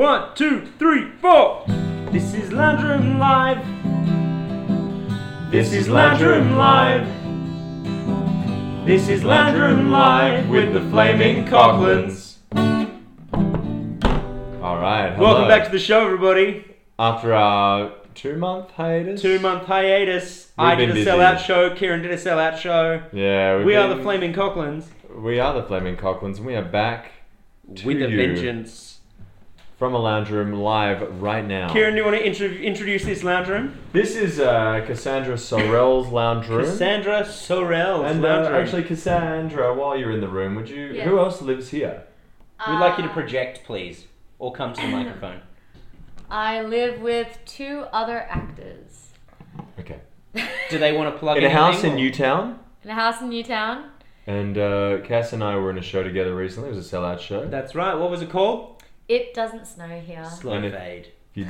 One, two, three, four. This is Lounge Room Live. This is Lounge Room Live. This is Lounge Room Live with the Flaming Cocklands. All right. Hello. Welcome back to the show, everybody. After our two month hiatus. Two month hiatus. I We've did been a busy. sellout show. Kieran did a sellout show. Yeah. we've We are the been- Flaming Cocklands We are the Flaming Cocklands, and we are back to with a you vengeance. from a lounge room live right now. Kieran, do you want to intro- introduce this lounge room? This is uh, Cassandra Sorel's lounge room. Cassandra Sorel. And lounge uh, room. actually, Cassandra, while you're in the room, would you? Yeah. Who else lives here? We'd like you to Uh, project, please, or come to the microphone. I live with two other actors Okay. Do they want to plug In a house anything, in or- Newtown. in a house in Newtown. And uh, Cass and I were in a show together recently. It was a sellout show. That's right. What was it called? It doesn't snow here. Slow And it- fade. If you-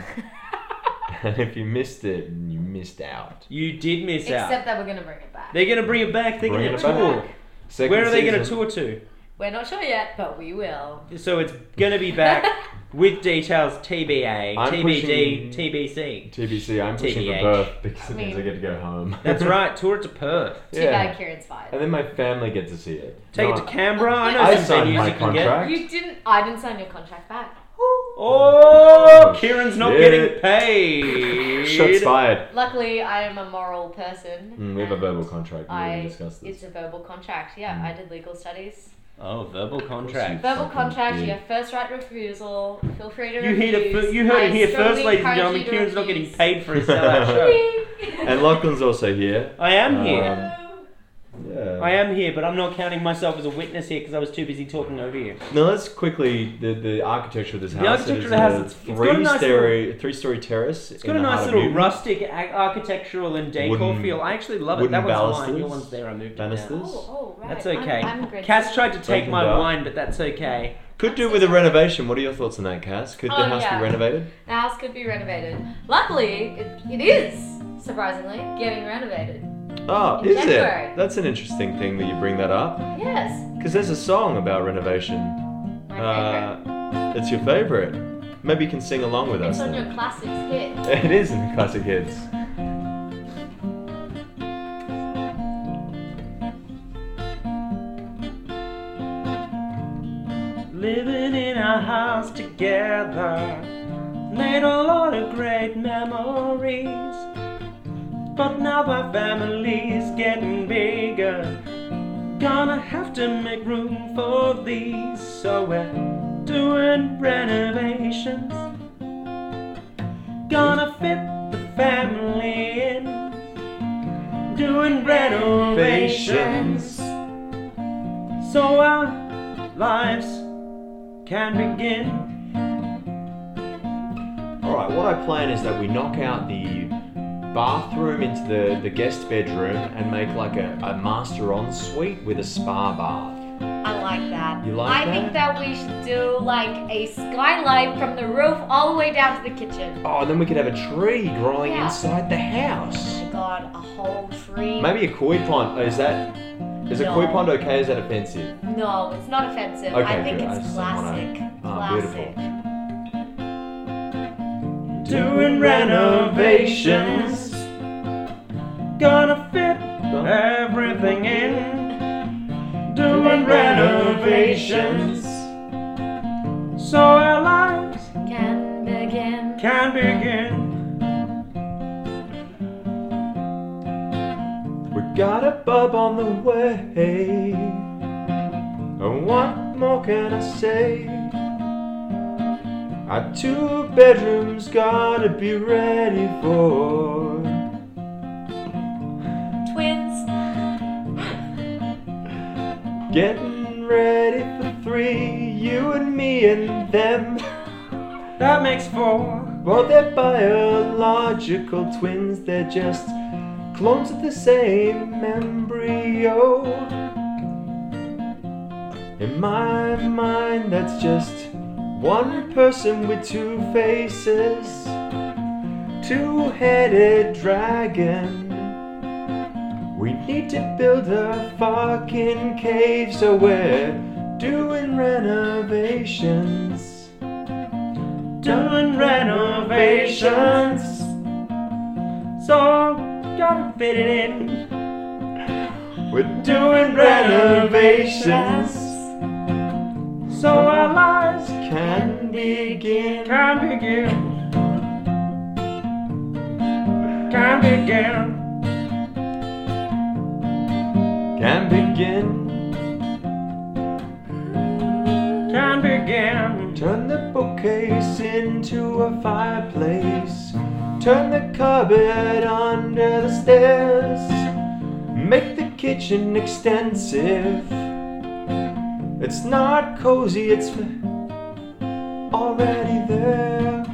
and if you missed it, you missed out. You did miss out. Except that we're gonna bring it back. They're gonna bring it back. They're Bring gonna it tour. back. Second Where are they gonna season. tour to? We're not sure yet, but we will. So it's gonna be back with details TBA, I'm TBD, pushing- TBC. TBC, I'm pushing TBH. for birth because it I means I mean- get to go home. That's right. Tour it to Perth. Too Yeah. bad Kieran's fired. And then my family get to see it. Take No, it to Canberra. I know I some signed venues my you can get. contract. You didn't. I didn't sign your contract back. Oh, Kieran's not Shit. getting paid. Shots fired. Luckily, I am a moral person. Mm, we have a and verbal contract. We I. already discussed this. Mm. It's a verbal contract. Yeah, I did legal studies. Oh, verbal contract. Verbal Fucking contract. dick. You have first right refusal. Feel free to You, heard it, refuse. fir- you heard I it here first, strongly ladies and encourage gentlemen. you to Kieran's not getting refuse. paid for his sellout show. And Lachlan's also here. I am Oh, here. Um, Yeah. I am here, but I'm not counting myself as a witness here because I was too busy talking over you. Now let's quickly the, the architecture of this house. architecture it is of the house, it's- it's got a three nice story three story terrace. It's got a nice little rustic a- architectural and decor Wooden- feel. I actually love it. wooden That one's mine. Your balusters, one's there. I moved it banisters. down. Oh, oh, right. That's okay. I'm, I'm Cass tried to take Opened my up. wine, but that's okay. Could do with a renovation. What are your thoughts on that, Cass? Could the Oh, house yeah. be renovated? The house could be renovated. Luckily, it, it is surprisingly getting renovated. Oh, In is January. it? That's an interesting thing that you bring that up. Yes, Because there's a song about renovation. my favorite. Uh, it's your favorite. Maybe you can sing along with it's us. on your then. classics hit. It is in the classic hits. Living in a house together made a lot of great memories. But now my family's getting bigger. Gonna have to make room for these, so we're doing renovations. Gonna fit the family in, doing renovations. So our lives can begin. Alright, what I plan is that we knock out the bathroom into the, the guest bedroom and make like a, a master ensuite with a spa bath. I like that. You like I think that? that we should do like a skylight from the roof all the way down to the kitchen. Oh, and then we could have a tree growing Yeah. inside the house. Oh my god, a whole tree. Maybe a koi pond. Oh, Is that. Is a koi No. pond okay? Is that offensive? No, it's not offensive. I Okay, think good. I it's just didn't wanna- classic. Ah, beautiful. classic. doing renovations. Gonna fit everything in, doing renovations. So our lives Can begin. can begin. We got a bub on the way. And what more can I say? Our two bedrooms gotta be ready for. Twins. Getting ready for three, you and me and them. That makes four. Well, they're biological twins, they're just clones of the same embryo. In my mind, that's just one person with two faces, two headed dragon. We need to build a fucking cave, so we're doing renovations. doing renovations. So, gotta fit it in. We're Doing renovations. So our lives Can begin. can begin. Can begin. Can begin. Can begin. Turn the bookcase into a fireplace. Turn the cupboard under the stairs. Make the kitchen extensive. It's not cozy, it's already there.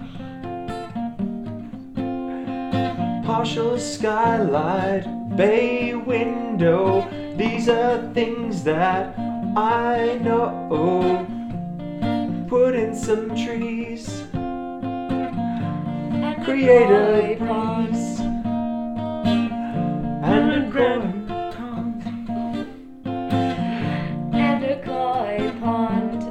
Partial skylight, bay window. These are things that I know. Put in some trees, And create a the boy breeze, and a growing And a koi pond.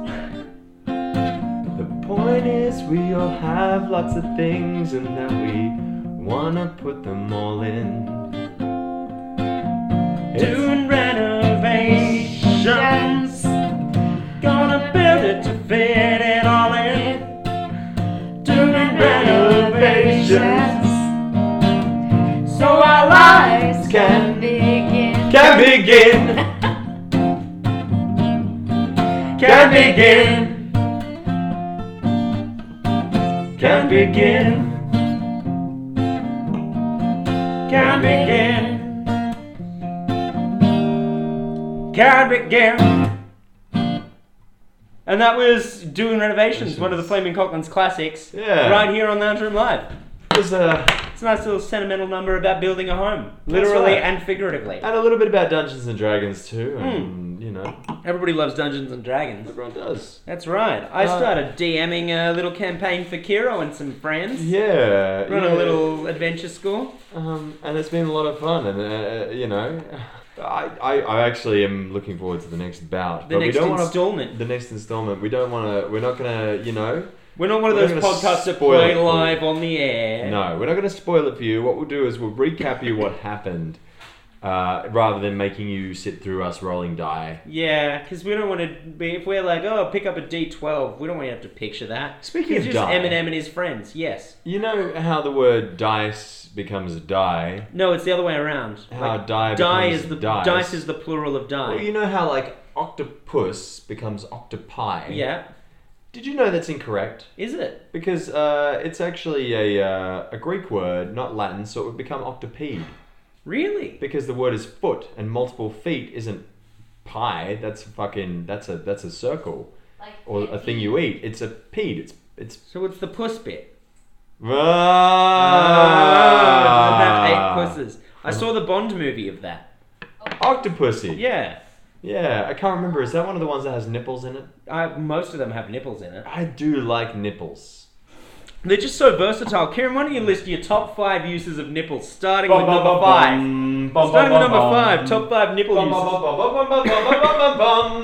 The point is, we all have lots of things and that we wanna put them all in. It's Doing renovations. Gonna build it to fit it all in. Doing renovations. So our lives Lives Can- can begin. can begin, can begin. can begin, Can begin. Can begin. And that was Doing Renovations, one of the Flaming Cocklands classics, Yeah. right here on Lounge Room Live. There's a, It's a nice little sentimental number about building a home, literally right. Um, and figuratively. and a little bit about Dungeons and Dragons too, Hmm. and you know, Everybody loves Dungeons and Dragons. everyone does. That's right. I Uh, started DMing a little campaign for Kiro and some friends. Yeah, Run a yeah. little adventure school. Um, and it's been a lot of fun, and uh, uh, you know, I, I, I actually am looking forward to the next bout. The next we don't installment. Wanna, the next installment. We don't want to. We're not gonna. You know, We're not one of We're those not gonna podcasts that spoil it play for you. live on the air. no, we're not gonna spoil it for you. What we'll do is we'll recap you what happened, uh, rather than making you sit through us rolling die. Yeah, because we don't want to be. If we're like, oh, pick up a D12, we don't want to have to picture that. Speaking it's of just die. Eminem and his friends. Yes. You know how the word dice becomes die. No, it's the other way around. How Like, die die becomes is the dice. dice is the plural of die. Well, you know how like octopus becomes octopi. yeah. Did you know that's incorrect? Is it? Because uh, it's actually a, uh, a Greek word, not Latin, so it would become octopede. Really? Because the word is foot, and multiple feet isn't pie. That's fucking. That's a that's a circle Like, or a thing you eat. It's a pede. It's it's. So it's the puss bit. Ah! Ah, that eight pusses. I saw the Bond movie of that. Octopussy. Yeah. Yeah, I can't remember. Is that one of the ones that has nipples in it? I, most of them have nipples in it. I do like nipples. They're just so versatile. Kieran, why don't you list your top five uses of nipples, starting with number five? Bum, bum, Starting with bum, number bum. five, top five nipple Bum, uses. bum, bum, bum, bum, bum, bum, bum,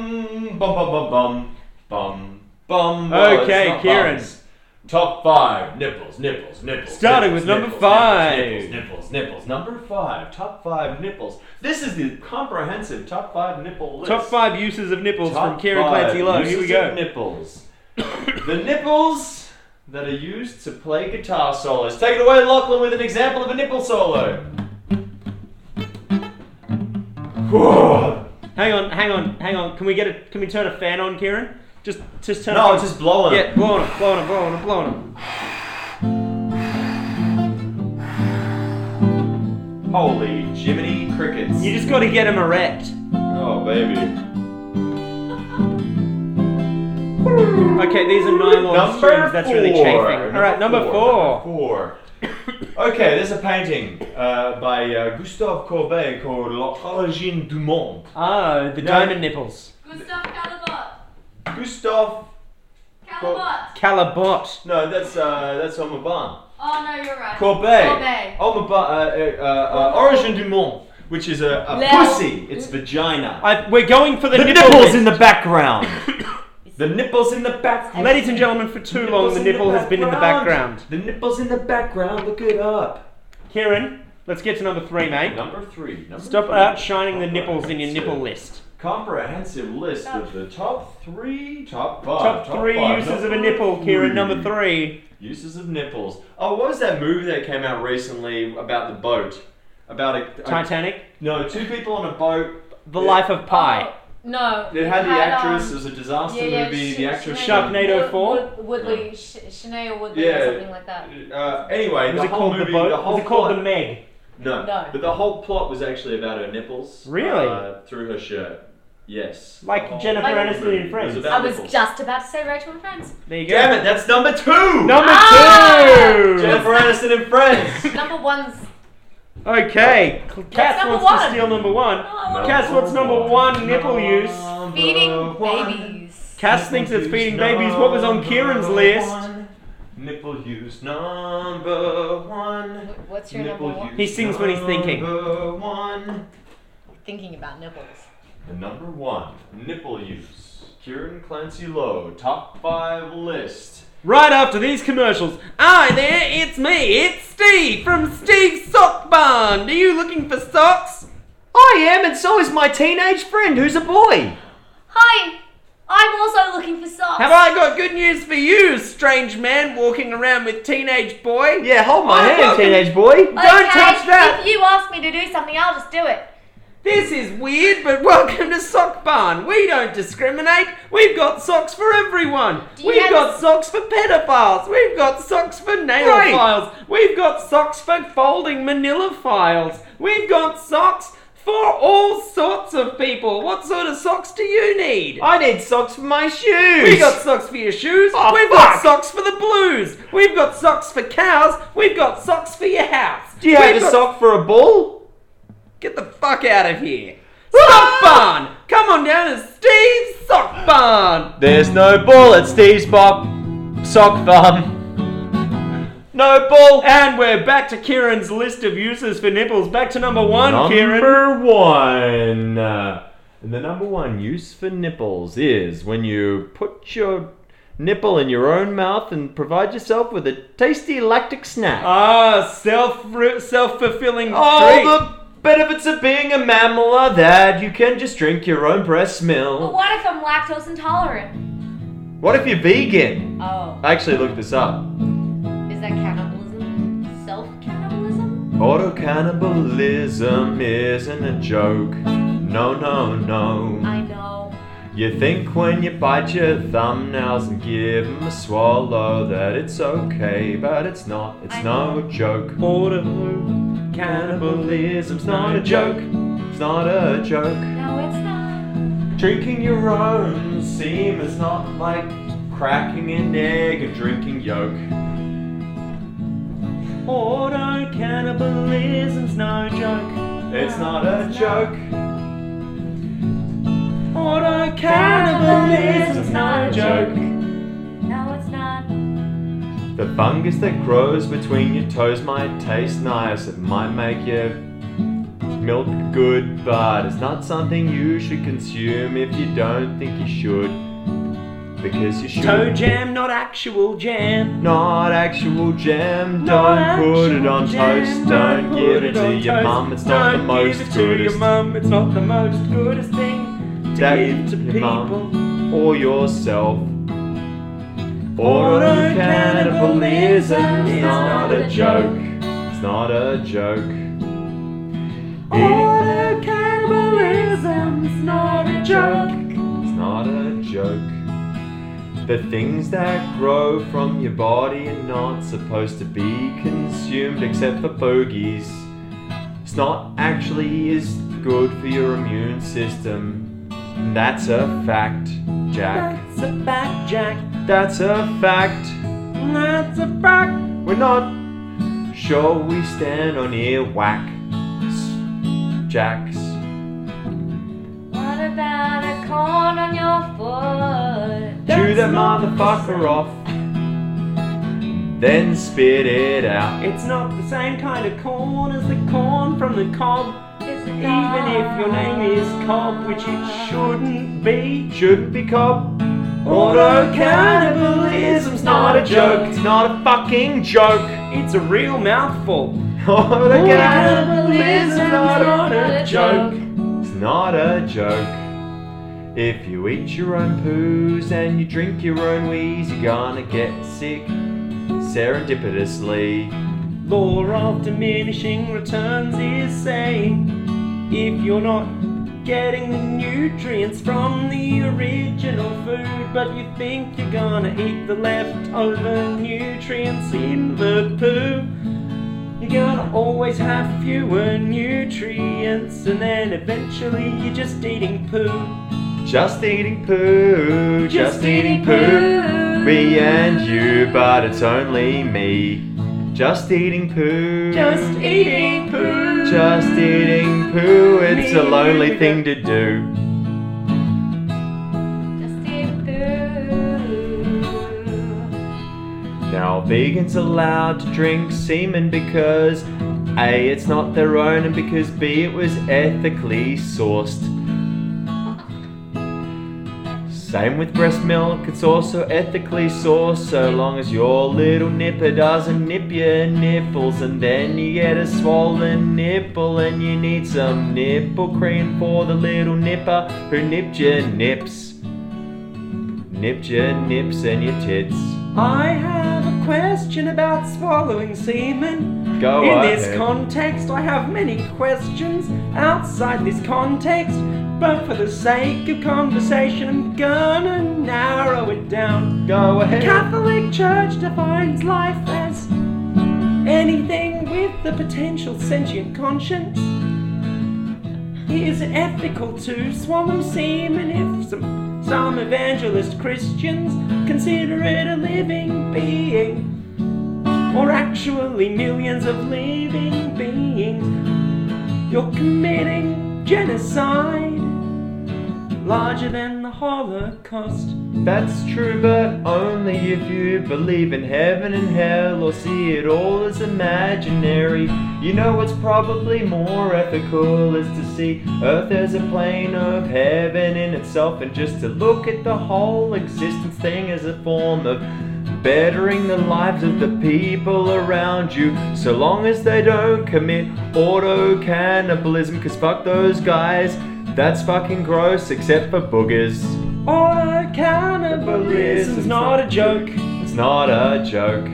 bum, bum, bum, bum, bum, bum. Well, it's Okay, not Kieran. bums. Top five nipples, nipples, nipples. Starting nipples, with number nipples, five. Nipples, nipples, nipples. Number five. Top five nipples. This is the comprehensive top five nipple list. Top five uses of nipples Top from Kieran five Clancy Lowe. Here we uses of go. Nipples. the nipples that are used to play guitar solos. Take it away, Lachlan, with an example of a nipple solo. Whoa. Hang on, hang on, hang on. Can we get a? Can we turn a fan on, Kieran? Just, just turn. No, a it's just blowing. yeah, blow on him, blow on him, blow on him, blow on him. Holy Jiminy crickets. You just got to get him erect. Oh, baby. Okay, these are nylon Number strings. Oh, That's really four. chafing. All right, number four. Four. okay, there's a painting uh, by uh, Gustave Courbet called L'Origine du Monde. Oh, the No. diamond nipples. Gustav Calabot. Gustave Calabot. Calabot. No, that's uh, that's Omaban. Oh no, you're right. Courbet. Courbet. Omaban. Uh, uh, uh, uh, Origine du Monde, which is a, a Leo. pussy. It's vagina. I, we're going for the, the nipple nipples list. in the background. The nipples in the back. Ladies and gentlemen, for too long the nipple has been in the background. The nipples in the background. Look it up. Kieran, let's get to number three, mate. Number three. Number Stop three. outshining the nipples in your nipple list. Comprehensive list of the top three, top five, Top three five, uses of number a nipple, Kieran. Number three. three. Uses of nipples. Oh, what was that movie that came out recently about the boat? About a, a- Titanic. no, two people on a boat. The Life of Pi. Oh, No. It had the actress. um, It was a disaster yeah, yeah, movie. Sh- the actress. Shanae- Sharknado Wood- four? Wood- Woodley, Sh- Shania Woodley, Yeah. or something like that. Uh, anyway, Was the it whole called movie, the boat? the whole Was it called plot- the Meg? No. No. But the whole plot was actually about her nipples. Really? Uh, through her shirt. Yes. Like The whole Jennifer whole Aniston in movie was Friends. about I was nipples. just about to say Rachel and Friends. There you go. Damn it, that's number two! Number Ah! two. Jennifer Aniston in Friends! Number one's. Okay. Cats number wants to one. steal number one. Oh, Cass, what's number one nipple use? Number feeding one. babies. Cass thinks it's use feeding babies. What was on number Kieran's list? one. Nipple use number one. Wh- What's your Nipple number use one? He sings when he's thinking. Number one. Thinking about nipples. The number one nipple use. Kieran Clancy Lowe, top five list. Right after these commercials. Hi there, it's me, it's Steve from Steve's Sock Barn. Are you looking for socks? I am, and so is my teenage friend who's a boy. Hi, I'm also looking for socks. Have I got good news for you, strange man walking around with teenage boy? Yeah, hold my Oh, hand, fucking- teenage boy. Don't touch that! If you ask me to do something, I'll just do it. This is weird, but welcome to Sock Barn. We don't discriminate. We've got socks for everyone. Do you We've have got socks for pedophiles. We've got socks for nail Right. files. We've got socks for folding manila files. We've got socks for all sorts of people. What sort of socks do you need? I need socks for my shoes. We got socks for your shoes. Oh, We've got fuck. socks for the blues. We've got socks for cows. We've got socks for your house. Do you have We've a got- sock for a ball? Get the fuck out of here. Ah! Sock Barn! Come on down to Steve's Sock Barn! There's no ball at Steve's Bop Sock Farm. No ball. And we're back to Kieran's list of uses for nipples. Back to number one, Kieran. Number one. Uh, and the number one use for nipples is when you put your nipple in your own mouth and provide yourself with a tasty lactic snack. Ah, self self fulfilling All treat. the benefits of being a mammal are that you can just drink your own breast But milk. what if I'm lactose intolerant? What if you're vegan? Oh, I actually looked this up. is that cannibalism? Self cannibalism? Auto cannibalism isn't a joke. No, no, no. I know. You think when you bite your thumbnails and give 'em a swallow that it's okay, but it's not. It's I no joke. Order. Cannibalism's not a joke. It's not a joke. No, it's not. Drinking your own seam is not like cracking an egg and drinking yolk. Auto cannibalism's no joke. It's not a joke. Auto cannibalism's Cannibalism's not no a joke. No, it's not. The fungus that grows between your toes might taste nice. It might make your milk good, but it's not something you should consume if you don't think you should. Because you should. Toe jam, not actual jam. Not actual jam, Not don't put actual it on jam, toast. Don't put give it to on your toast. mum, it's not the Don't most give it to your goodest. mum, it's not the most goodest thing to That give to your people. mum. or yourself. Auto Auto cannibalism cannibalism is is not not a a joke. joke. It's not a joke. Auto cannibalism's not a joke. It's not a joke. The things that grow from your body are not supposed to be consumed except for bogies. It's not actually is good for your immune system. That's a fact, Jack. That's a fact, Jack. That's a fact. That's a fact. We're not sure we stand on earwax. Jacks. What about a corn on your foot? Chew That's that not the motherfucker same. off. Then spit it out. It's not the same kind of corn as the corn from the cob. It's Even if your name is Cobb, which it shouldn't be. Shouldn't be cob. Auto cannibalism's not a joke. It's not a fucking joke. It's a real mouthful. Auto cannibalism's Cannibalism's not a not a joke. joke. It's not a joke. If you eat your own poos and you drink your own wheeze, you're gonna get sick serendipitously. Law of diminishing returns is saying if you're not getting the nutrients from the original food, but you think you're gonna eat the leftover nutrients in the poo, you're gonna always have fewer nutrients, and then eventually you're just eating poo. Just eating poo, just, Just eating eating poo. Ooh. Me and you, but it's only me. Just eating poo. Just eating poo. Just eating poo. It's a lonely thing to do. Just in poo. Now, vegans allowed to drink semen because A, it's not their own, and because B, it was ethically sourced. Same with breast milk, it's also ethically sourced, so long as your little nipper doesn't nip your nipples, and then you get a swollen nipple, and you need some nipple cream for the little nipper who nipped your nips. Nipped your nips and your tits. I have a question about swallowing semen. Go In ahead. this context, I have many questions outside this context, but for the sake of conversation, I'm gonna narrow it down. Go The ahead. Catholic Church defines life as anything with the potential sentient conscience. Is it ethical to swallow semen if some, some evangelist Christians consider it a living being? or actually millions of living beings. You're committing genocide larger than the Holocaust. That's true, but only if you believe in heaven and hell or see it all as imaginary. You know what's probably more ethical is to see Earth as a plane of heaven in itself and just to look at the whole existence thing as a form of bettering the lives of the people around you so long as they don't commit auto cannibalism because fuck those guys that's fucking gross except for boogers Auto cannibalism's not a joke. it's not a joke.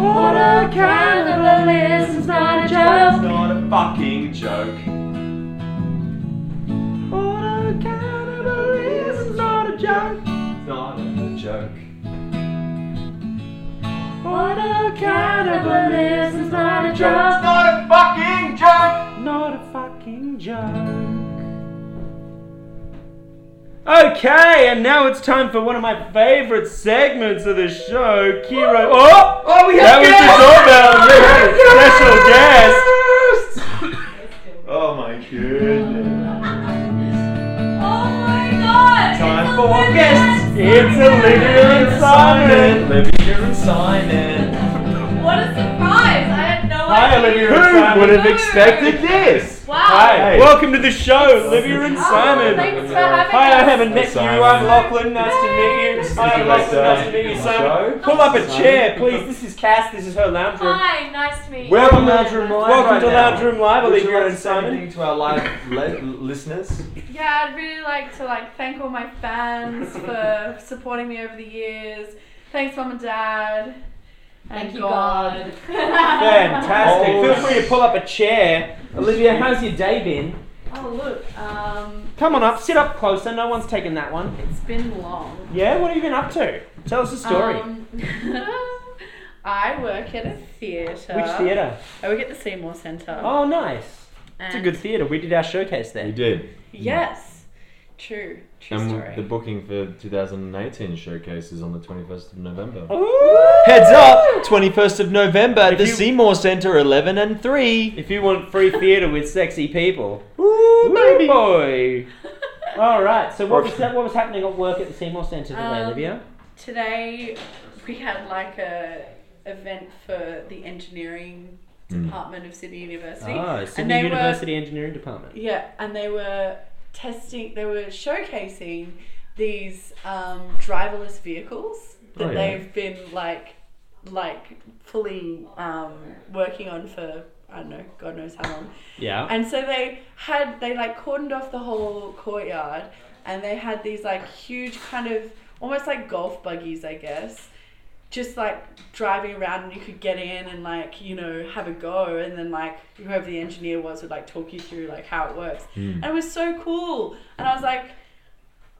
Auto cannibalism's not a It's joke. not a fucking joke. Auto cannibalism's not a joke. It's not a joke. Auto Cannibalism's not a It's joke. not a fucking joke. Not a fucking joke. Okay, and now it's time for one of my favorite segments of the show, Kiro. Oh! Oh, we That have was the doorbell. You had a special Oh, guest. the doorbell. Oh my goodness. Oh my god! Time it's for Olivia guests. and It's Olivia and Simon. Olivia and Simon. What a surprise! I had no Hi, idea. Olivia. Who would have expected this? Wow. Hi, Hey. welcome to the show, Olivia and Oh, Simon. Thanks for having Hi, I us. haven't met you. Simon. I'm Lachlan. Nice to meet This you. is Hi, I'm Lachlan. your Nice to birthday. meet you, Your Simon. show. Pull up a Simon. chair, please. This is Cass. This is her lounge room. Hi, nice to meet you. Welcome to Lounge Room Live. Welcome right to now. Lounge Room Live, Would you Olivia like and to say Simon. anything to our live le- listeners? Yeah, I'd really like to like thank all my fans for supporting me over the years. Thanks, mom and dad. Thank And you, God. Fantastic. Oh, Feel sh- free to pull up a chair. Olivia, how's your day been? Oh look, um, Come on up, sit up closer. No one's taken that one. it's been long. Yeah, what have you been up to? Tell us a story. Um, I work at a theatre. Which theatre? I work at the Seymour Centre. Oh, nice. It's a And- good theatre. We did our showcase We there. did. Yes. True. True And story. the booking for 2018 showcase is on the 21st of November. Ooh. Oh. Heads up! 21st of November at the you- Seymour Centre, 11 and 3. If you want free theatre with sexy people, Ooh, baby boy. All right. So what was that, what was happening at work at the Seymour Centre today, Um, Olivia? Today we had like a event for the engineering Mm. department of Sydney University. Ah, they Sydney were- University Engineering Department. Yeah, and they were testing, they were showcasing these um, driverless vehicles that Oh, yeah. they've been like like fully um, working on for I don't know, God knows how long. Yeah. And so they had they like cordoned off the whole courtyard and they had these like huge kind of almost like golf buggies, I guess. Just like driving around and you could get in and like, you know, have a go and then like whoever the engineer was would like talk you through like how it works. Mm-hmm. And it was so cool. And I was like,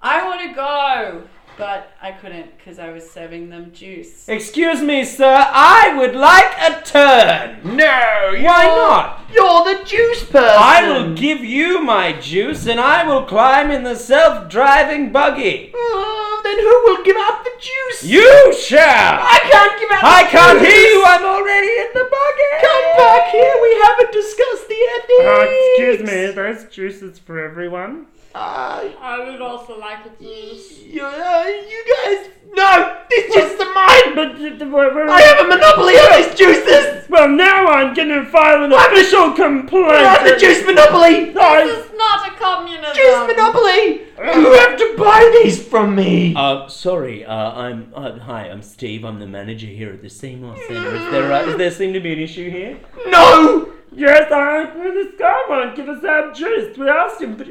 I want to go. But I couldn't because I was serving them juice. Excuse me, sir, I would like a turn. No, you're, Why not? You're the juice person. I will give you my juice and I will climb in the self driving buggy. Oh, then who will give out the juice? You shall! I can't give out. I the can't juice. hear you, I'm already in the buggy! Come back here. We haven't discussed the ending. Oh, those juices for everyone? Uh, I would also like a juice. you, uh, you guys. No, this is the mine. But I have a monopoly on these juices. well, now I'm gonna file an official I have the complaint. juice monopoly. This is not a communism. Juice monopoly. You have to buy these from me. Uh, sorry, uh, I'm, uh, hi, I'm Steve, I'm the manager here at the Seymour Centre. Is there, uh, is there seem to be an issue here? No. Yes, I agree this guy won't give us our juice. We asked him, but.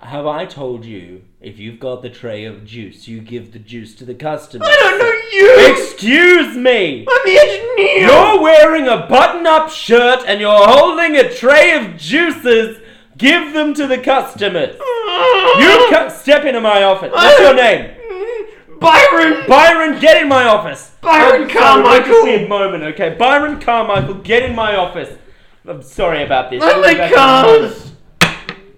Have I told you if you've got the tray of juice, you give the juice to the customer? I don't know you. Excuse me! I'm the engineer. You're wearing a button up shirt and you're holding a tray of juices. Give them to the customers. You ca- step into my office. What's your name? Byron. Byron, get in my office. Byron I'm sorry, Carmichael. just need a moment, okay? Byron Carmichael, get in my office. I'm sorry about this. Oh We'll be my back in a moment. god.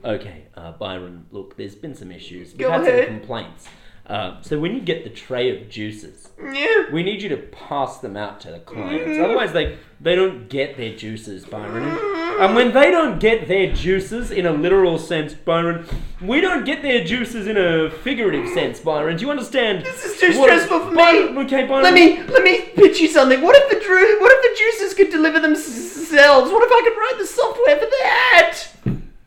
Okay, uh, Byron, look, there's been some issues. We've Go had ahead. some complaints. Uh, so when you get the tray of juices, Yeah. Mm-hmm. we need you to pass them out to the clients. Otherwise, they, they don't get their juices, Byron. And when they don't get their juices in a literal sense, Byron, we don't get their juices in a figurative sense, Byron. Do you understand? This is too What- stressful for Byron, me. okay, Byron. Let me let me pitch you something. What if the dru- what if the juices could deliver themselves? What if I could write the software for that?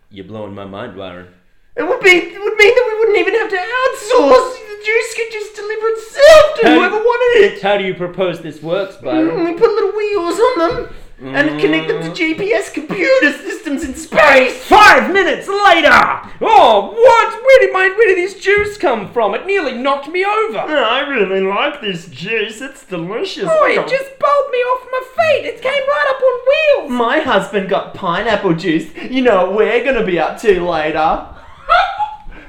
You're blowing my mind, Byron. It would be it would mean that we wouldn't even have to outsource. The juice could just deliver itself to Hey. whoever wanted it. How do you propose this works, Mm, Byron? We put little wheels on them and connect them to GPS computer systems in space. Five minutes later! Oh, what? Where did my where did this juice come from? It nearly knocked me over. I really like this juice. It's delicious. Oh, it just bowled me off my feet. It came right up on wheels. My husband got pineapple juice. You know what we're gonna be up to later.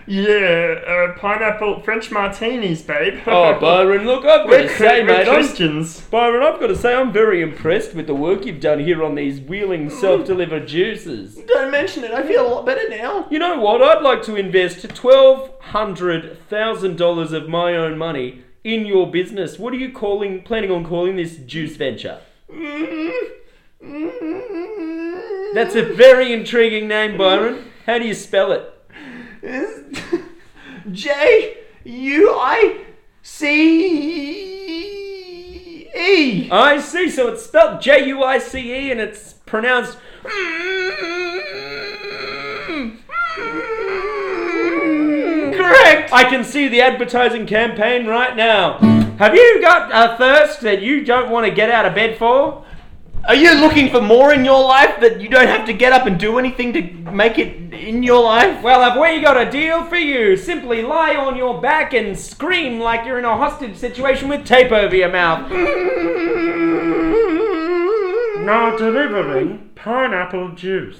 Yeah, uh, pineapple French martinis, babe. Oh, Byron, look, I've got we're, to say, Chri- we're mate, I'm, Christians. Byron, I've got to say, I'm very impressed with the work you've done here on these wheeling self-delivered juices. Don't mention it. I feel a lot better now. You know what? I'd like to invest twelve hundred thousand dollars of my own money in your business. What are you calling? Planning on calling this juice venture? Mm-hmm. That's a very intriguing name, Byron. How do you spell it? J U I C E. I see. So it's spelled J U I C E, and it's pronounced. Correct. I can see the advertising campaign right now. Have you got a thirst that you don't want to get out of bed for? Are you looking for more in your life that you don't have to get up and do anything to make it in your life? Well, have we got a deal for you? Simply lie on your back and scream like you're in a hostage situation with tape over your mouth. Now delivering pineapple juice.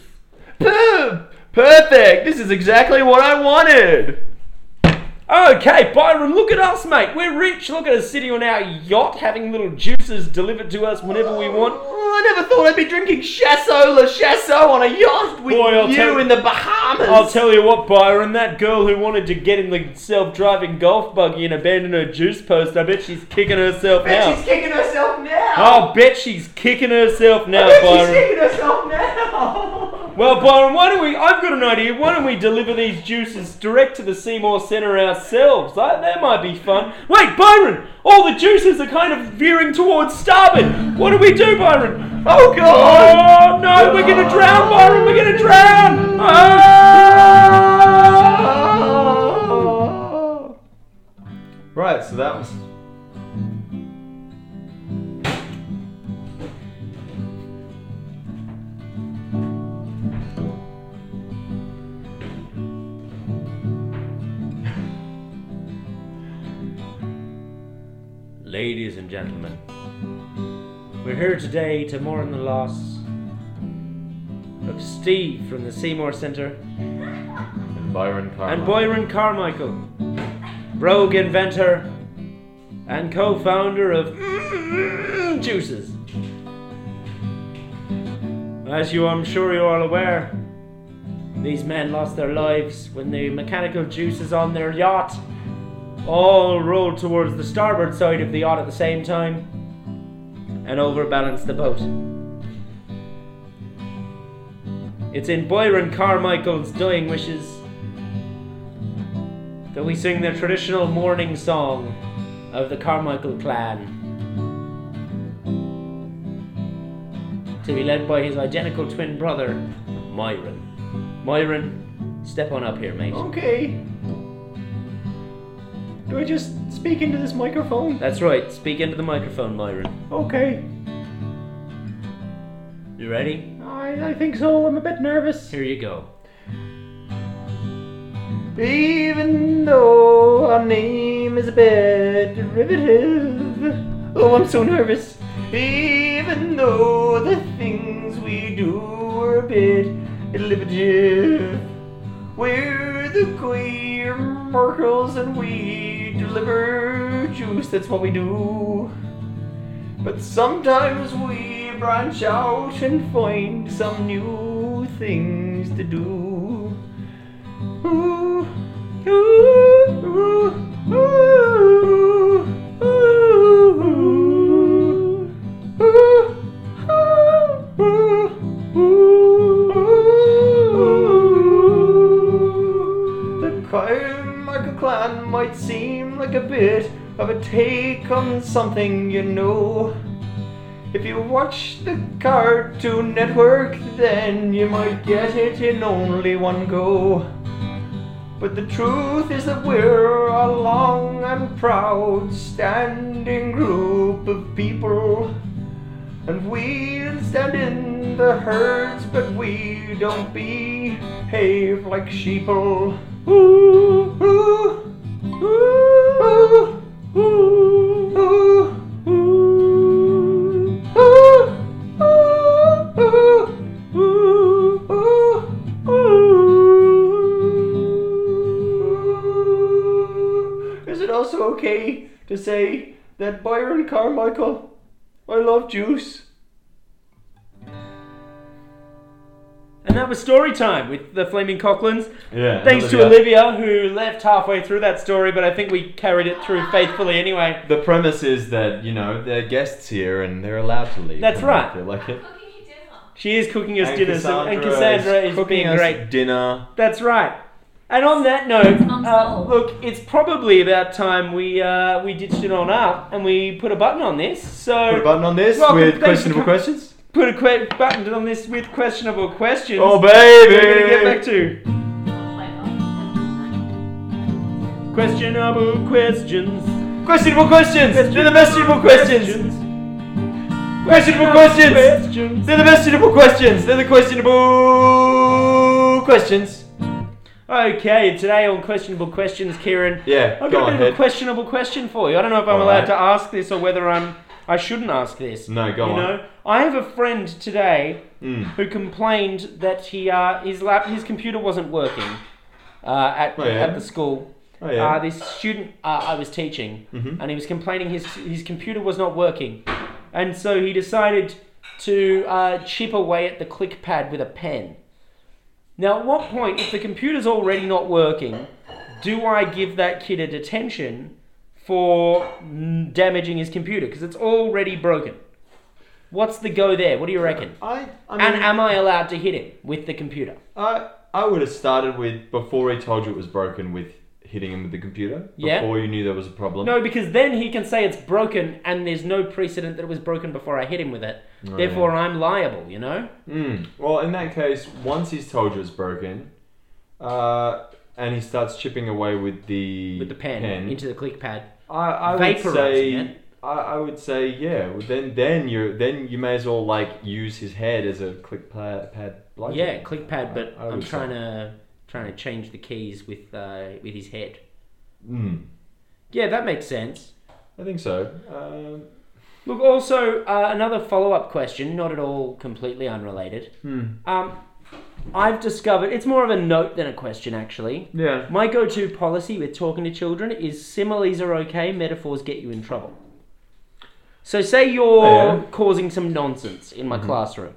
Per- Perfect. This is exactly what I wanted. Okay, Byron, look at us, mate. We're rich. Look at us sitting on our yacht having little juices delivered to us whenever we want. Oh, I never thought I'd be drinking Chasso La Chasso on a yacht with Boy, I'll you tell- in the Bahamas. I'll tell you what, Byron, that girl who wanted to get in the self driving golf buggy and abandon her juice post, I bet she's kicking herself Bet now. she's kicking herself now. I'll bet she's kicking herself now, Bet she's Byron. kicking herself now. Well, Byron, why don't we? I've got an idea. Why don't we deliver these juices direct to the Seymour Centre ourselves? That, that might be fun. Wait, Byron! All the juices are kind of veering towards starboard. What do we do, Byron? Oh god. Oh no, we're gonna drown, Byron. We're gonna drown. Ah! Oh. Right, so that was. Ladies and gentlemen, we're here today to mourn the loss of Steve from the Seymour Centre And Byron Carmichael. and Byron Carmichael, rogue inventor and co founder of Juices. As you, I'm sure, you're all aware, these men lost their lives when the mechanical juices on their yacht all rolled towards the starboard side of the yacht at the same time and overbalanced the boat. It's in Byron Carmichael's dying wishes that we sing the traditional morning song of the Carmichael clan. To be led by his identical twin brother, Myron. Myron, step on up here, mate. Okay. Do I just speak into this microphone? That's right, speak into the microphone, Myron. Okay. You ready? I, I think so. I'm a bit nervous. Here you go. Even though our name is a bit derivative. Oh, I'm so nervous. Even though the things we do are a bit derivative. We're the queer Merkles and we deliver juice, that's what we do. But sometimes we branch out and find some new things to do. Ooh, ooh, ooh, ooh, ooh, ooh, ooh, ooh. The Carmichael Clan might seem like a bit of a take on something you know. If you watch the Cartoon Network, then you might get it in only one go. But the truth is that we're a long and proud standing group of people. And we'll stand in the herds, but we don't behave like sheeple. Ooh, ooh, ooh, ooh, ooh, ooh, ooh, ooh. Is it also okay to say that Byron Carmichael, I love juice? And that was story time with the Flaming Cocklins. Yeah. Thanks to Olivia, who left halfway through that story, but I think we carried it through faithfully anyway. The premise is that, you know, they're guests here and they're allowed to leave. That's when they right. feel like it. She is cooking us dinner, so, and Cassandra is, cooking being us great. Dinner. That's right. And on that note, Mum's uh, fault. look, it's probably about time we uh, we ditched it on up and we put a button on this. So Put a button on this Welcome, thanks with for questionable coming. questions. put a que- button on this with questionable questions. Oh, baby! we're gonna get back to questionable questions. questionable questions. They're the best suitable questions. Questionable questions. Questions. They're the best suitable questions. They're the questionable questions. Okay, today on questionable questions, Kieran. Yeah, I've go got a on, bit of a Ed. questionable question for you. I don't know if I'm All allowed right. to ask this or whether I'm I shouldn't ask this. No, go you on. know, I have a friend today Mm. who complained that he uh, his lap his computer wasn't working uh, at Oh, yeah? at the school. Oh yeah. Uh, this student uh, I was teaching, Mhm. and he was complaining his his computer was not working, and so he decided to uh, chip away at the click pad with a pen. Now, at what point, if the computer's already not working, do I give that kid a detention for mm, damaging his computer because it's already broken? What's the go there? What do you reckon? I, I mean, And am I allowed to hit him with the computer? I, I would have started with before he told you it was broken with hitting him with the computer. Yeah. Before you knew there was a problem. No, because then he can say it's broken, and there's no precedent that it was broken before I hit him with it. Oh, Therefore, I'm liable. You know. Mm. Well, in that case, once he's told you it's broken, uh, and he starts chipping away with the With the pen, into the click pad. I, I would Vaporizing say it. I, I would say yeah. well, Then then you then you may as well like use his head as a click pad. pad like yeah, click pad, but I I, am would say- trying to trying to change the keys with uh, with his head. Mm, Yeah, that makes sense. I think so. Um, Look, also uh, another follow up question, not at all completely unrelated. hmm, Um, I've discovered it's more of a note than a question, actually. Yeah. My go to policy with talking to children is similes are okay, metaphors get you in trouble. So, say you're Oh, yeah. Mm-hmm. causing some nonsense in my classroom,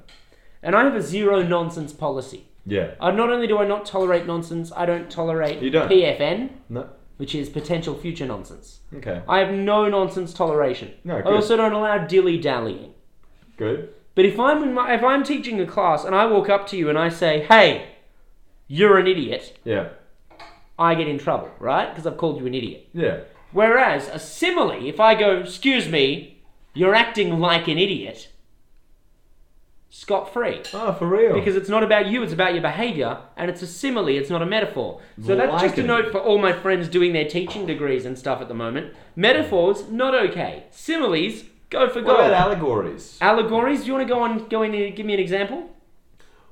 and I have a zero nonsense policy. Yeah. Uh, not only do I not tolerate nonsense, I don't tolerate You don't. PFN, No. which is potential future nonsense. Okay. I have no nonsense toleration. No, I good. also don't allow dilly dallying. Good. But if I'm in my, if I'm teaching a class and I walk up to you and I say, "Hey, you're an idiot," Yeah. I get in trouble, right? Because I've called you an idiot. Yeah. Whereas a simile, if I go, "Excuse me, you're acting like an idiot," scot free. Oh, for real. Because it's not about you, it's about your behaviour, and it's a simile, it's not a metaphor. So that's just a Liken. note for all my friends doing their teaching degrees and stuff at the moment. Metaphors, not okay. Similes, go for what about gold. allegories? Allegories, do you want to go on, go in and give me an example?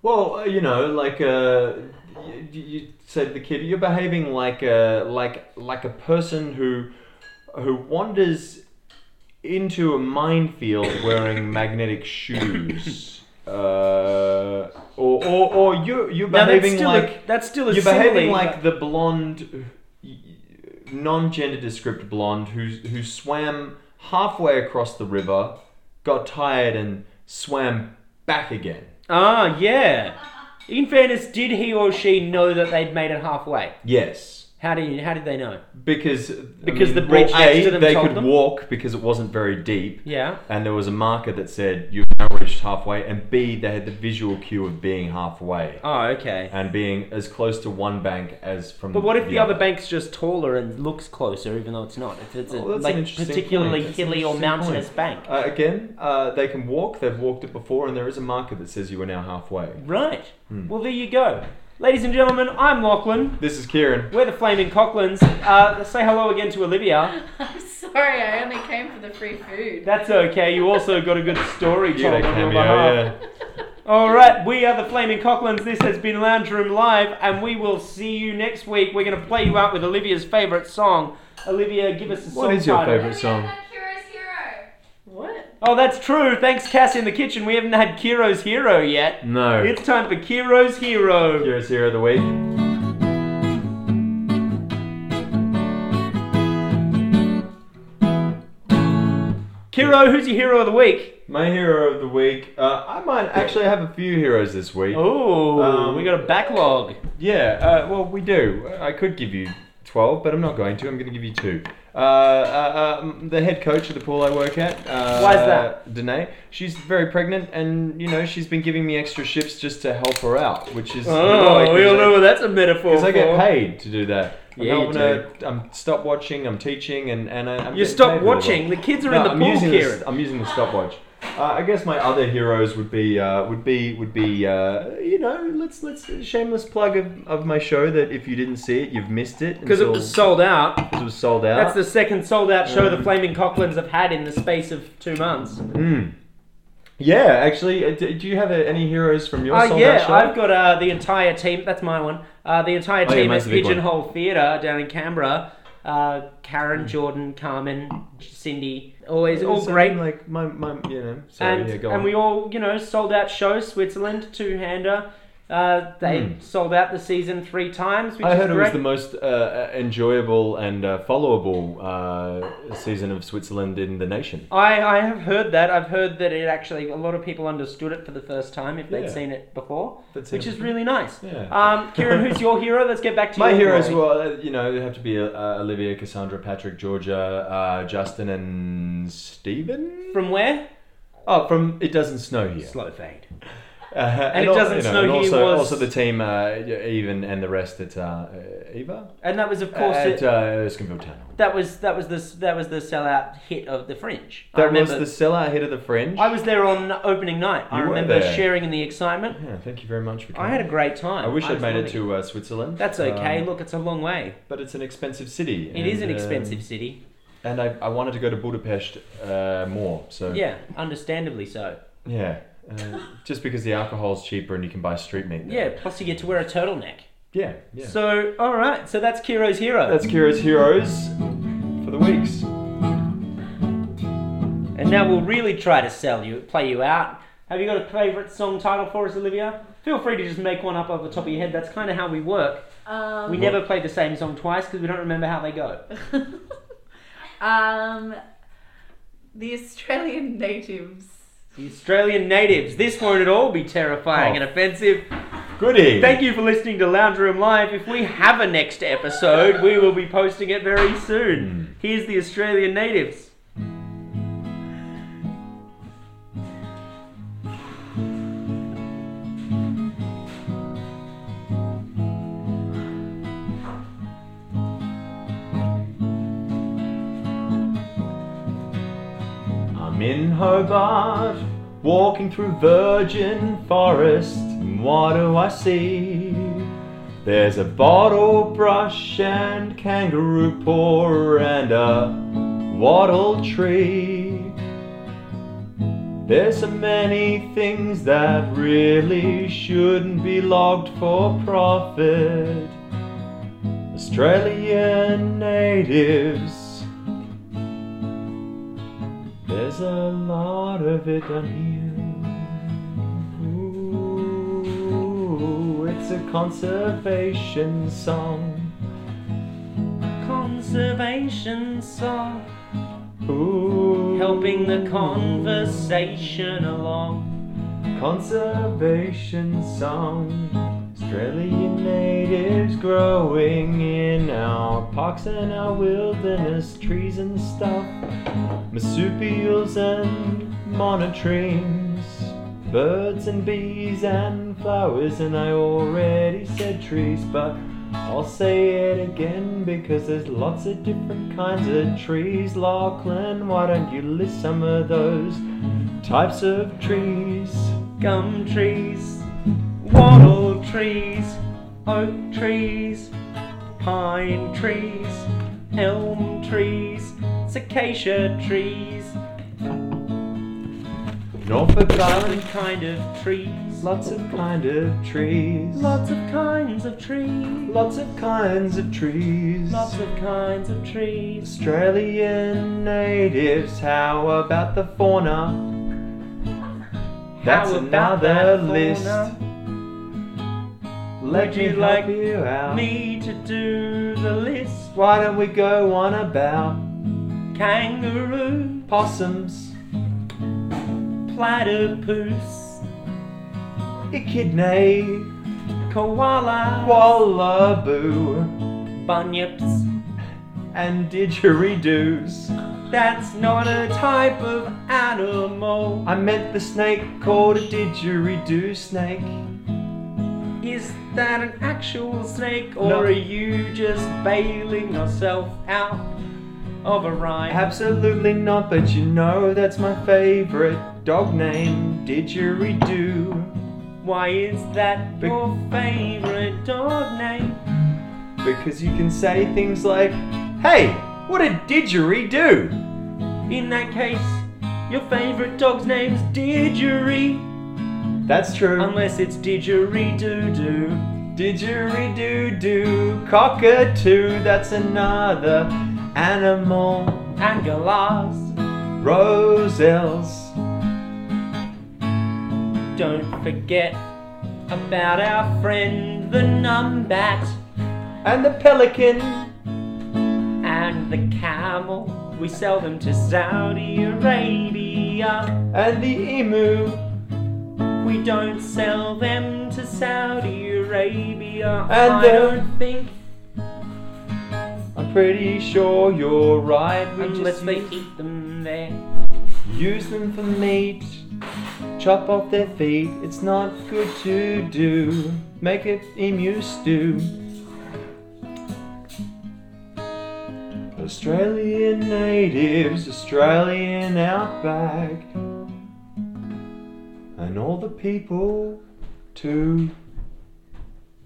Well, uh, you know, like uh, you, you said, the kid, you're behaving like a like like a person who who wanders into a minefield wearing magnetic shoes. Uh, or, or, or you you're Now, that's behaving still, like a, that's still a you're simile. behaving but- like the blonde, non-gender descript blonde who who swam halfway across the river, got tired and swam back again. Ah, yeah. In fairness, did he or she know that they'd made it halfway? Yes, How do you, how did they know? because Because the bridge well, next A, to them they told could them? walk because it wasn't very deep, Yeah. and there was a marker that said you've now reached halfway, and B they had the visual cue of being halfway. Oh, okay. And being as close to one bank as from. But what if the other bank's just taller and looks closer, even though it's not? If it's a Oh, that's an like interesting particularly point. That's an hilly or interesting mountainous point. bank, Uh, again, uh, they can walk. They've walked it before, and there is a marker that says you are now halfway. right? Hmm. Well, there you go, ladies and gentlemen. I'm Lachlan. This is Kieran. We're the Flaming Cocklins. Uh, say hello again to Olivia. I'm sorry, I only came for the free food. That's okay. You also got a good story You got a told on your cameo, behalf. yeah. All right, we are the Flaming Cocklins. This has been Lounge Room Live, and we will see you next week. We're going to play you out with Olivia's favorite song. Olivia, give us a song. What is your title. favourite song? Curious Hero. What? Oh, that's true. Thanks, Cass in the kitchen. We haven't had Kiro's Hero yet. No. It's time for Kiro's Hero. Here's Hero of the Week. Kiro, who's your hero of the week? My hero of the week. Uh, I might actually have a few heroes this week. Oh, Um, we got a backlog. Yeah, uh, well, we do. I could give you 12, but I'm not going to. I'm going to give you two. Uh, uh, um, the head coach of the pool I work at. Uh, Why's that? Danae. She's very pregnant, and, you know, she's been giving me extra shifts just to help her out, which is. heroic, Oh, we all because I- know what that's a metaphor Because I get for. paid to do that. I'm Yeah, you helping her- I'm stop watching. I'm teaching, and and I, I'm You getting paid stop for all watching. that. The kids are No, in the I'm pool, using the s- Kieran. I'm using the stopwatch. Uh, I guess my other heroes would be uh, would be would be uh, you know let's let's shameless plug of, of my show that if you didn't see it you've missed it Because it until- was sold out. 'cause it was sold out. That's the second sold out show the Flaming Cocklins have had in the space of two months. Mm. Yeah, actually, uh, do, do you have uh, any heroes from your Uh, sold yeah, out show? I've got uh, the entire team. That's my one. Uh, the entire Oh, yeah, team at mine's the big one. Pigeonhole Theatre down in Canberra. Uh, Hmm. Karen, Jordan, Carmen, Cindy, always all So, great. Like my, my you know. Sorry, and yeah, go and on. we all you know sold out show Switzerland two hander. Uh, they Mm. sold out the season three times, which I is heard it was great. the most uh, uh, enjoyable and uh, followable uh, season of Switzerland in the nation. I, I have heard that. I've heard that it actually a lot of people understood it for the first time if they'd Yeah. seen it before, That's which is interesting. really nice. Yeah. Um, Kieran, who's your hero? Let's get back to My your heroes glory. were, uh, you know, they have to be uh, uh, Olivia, Cassandra, Patrick, Georgia, uh, Justin, and Stephen. from where? oh, from It Doesn't Snow Here. Slow fade. Uh, and, It al- Doesn't Snow and Here also, was- also the team, uh, even and the rest at uh, Eva And that was of course at it, uh, Erskineville Town. Hall. that was that was the that was the sellout hit of the Fringe. I That was remember, the sellout hit of the Fringe. I was there on opening night. I You were remember there. sharing in the excitement. yeah, thank you very much for coming. I had a great time. I wish I'd was made it loving to uh, Sswitzerland. That's okay. Um, Look, it's a long way. but it's an expensive city. It is an and, uh, expensive city. and I, I wanted to go to Budapest uh, more. So Yeah, understandably so. yeah, uh, just because the alcohol's cheaper and you can buy street meat. there. Yeah, plus you get to wear a turtleneck. yeah, yeah. So, all right, so that's Kiro's hero. That's Kira's heroes for the weeks. and now we'll really try to sell you, play you out. Have you got a favourite song title for us, Olivia? Feel free to just make one up off the top of your head. That's kind of how we work. Um, We never play the same song twice because we don't remember how they go. um, the Australian natives. The Australian natives. This won't at all be terrifying Oh. and offensive. Goody. Thank you for listening to Lounge Room Live. If we have a next episode, we will be posting it very soon. Here's the Australian natives. I'm in Hobart, walking through virgin forest, and what do I see? There's a bottle brush and kangaroo paw and a wattle tree. There's so many things that really shouldn't be logged for profit. Australian natives. There's a lot of it on here. Ooh, it's a conservation song. Conservation song, Ooh, helping the conversation along. conservation song. Australian natives growing in our parks and our wilderness, trees and stuff, marsupials and monotremes, birds and bees and flowers, and I already said trees, but I'll say it again because there's lots of different kinds of trees. Lachlan, why don't you list some of those types of trees? Gum trees, wattle trees, oak trees, pine trees, elm trees, acacia trees, Norfolk different Island, kind of trees. lots of kind of trees. Lots of kinds of trees. Lots of kinds of trees. Lots of kinds of trees. Australian natives, how about the fauna? That's How about another that list. fauna? Let Would me you help like you out. Me to do the list. Why don't we go on about Kangaroo, possums, platypus, echidnae, koala, wallaboo, bunyips. and didgeridoos? That's not a type of animal. I meant the snake called a didgeridoo snake. Is that an actual snake or No. are you just bailing yourself out of a rhyme? Absolutely not, but you know that's my favorite dog name, Didgeridoo. Why is that Be- your favorite dog name? Because you can say things like, hey, what a didgeridoo! In that case, your favorite dog's name's Didgery, That's true. unless it's Didgeridoo-doo. didgeridoo doo, cockatoo, that's another animal. Angolas, Roselles, don't forget about our friend the numbat and the pelican. and the camel. We sell them to Saudi Arabia. And the emu, We don't sell them to Saudi Arabia. And I the- don't think, I'm pretty sure you're right. We unless just they use- eat them there. Use them for meat. Chop off their feet. It's not good to do. Make it emu stew. Australian natives, Australian outback, and all the people too.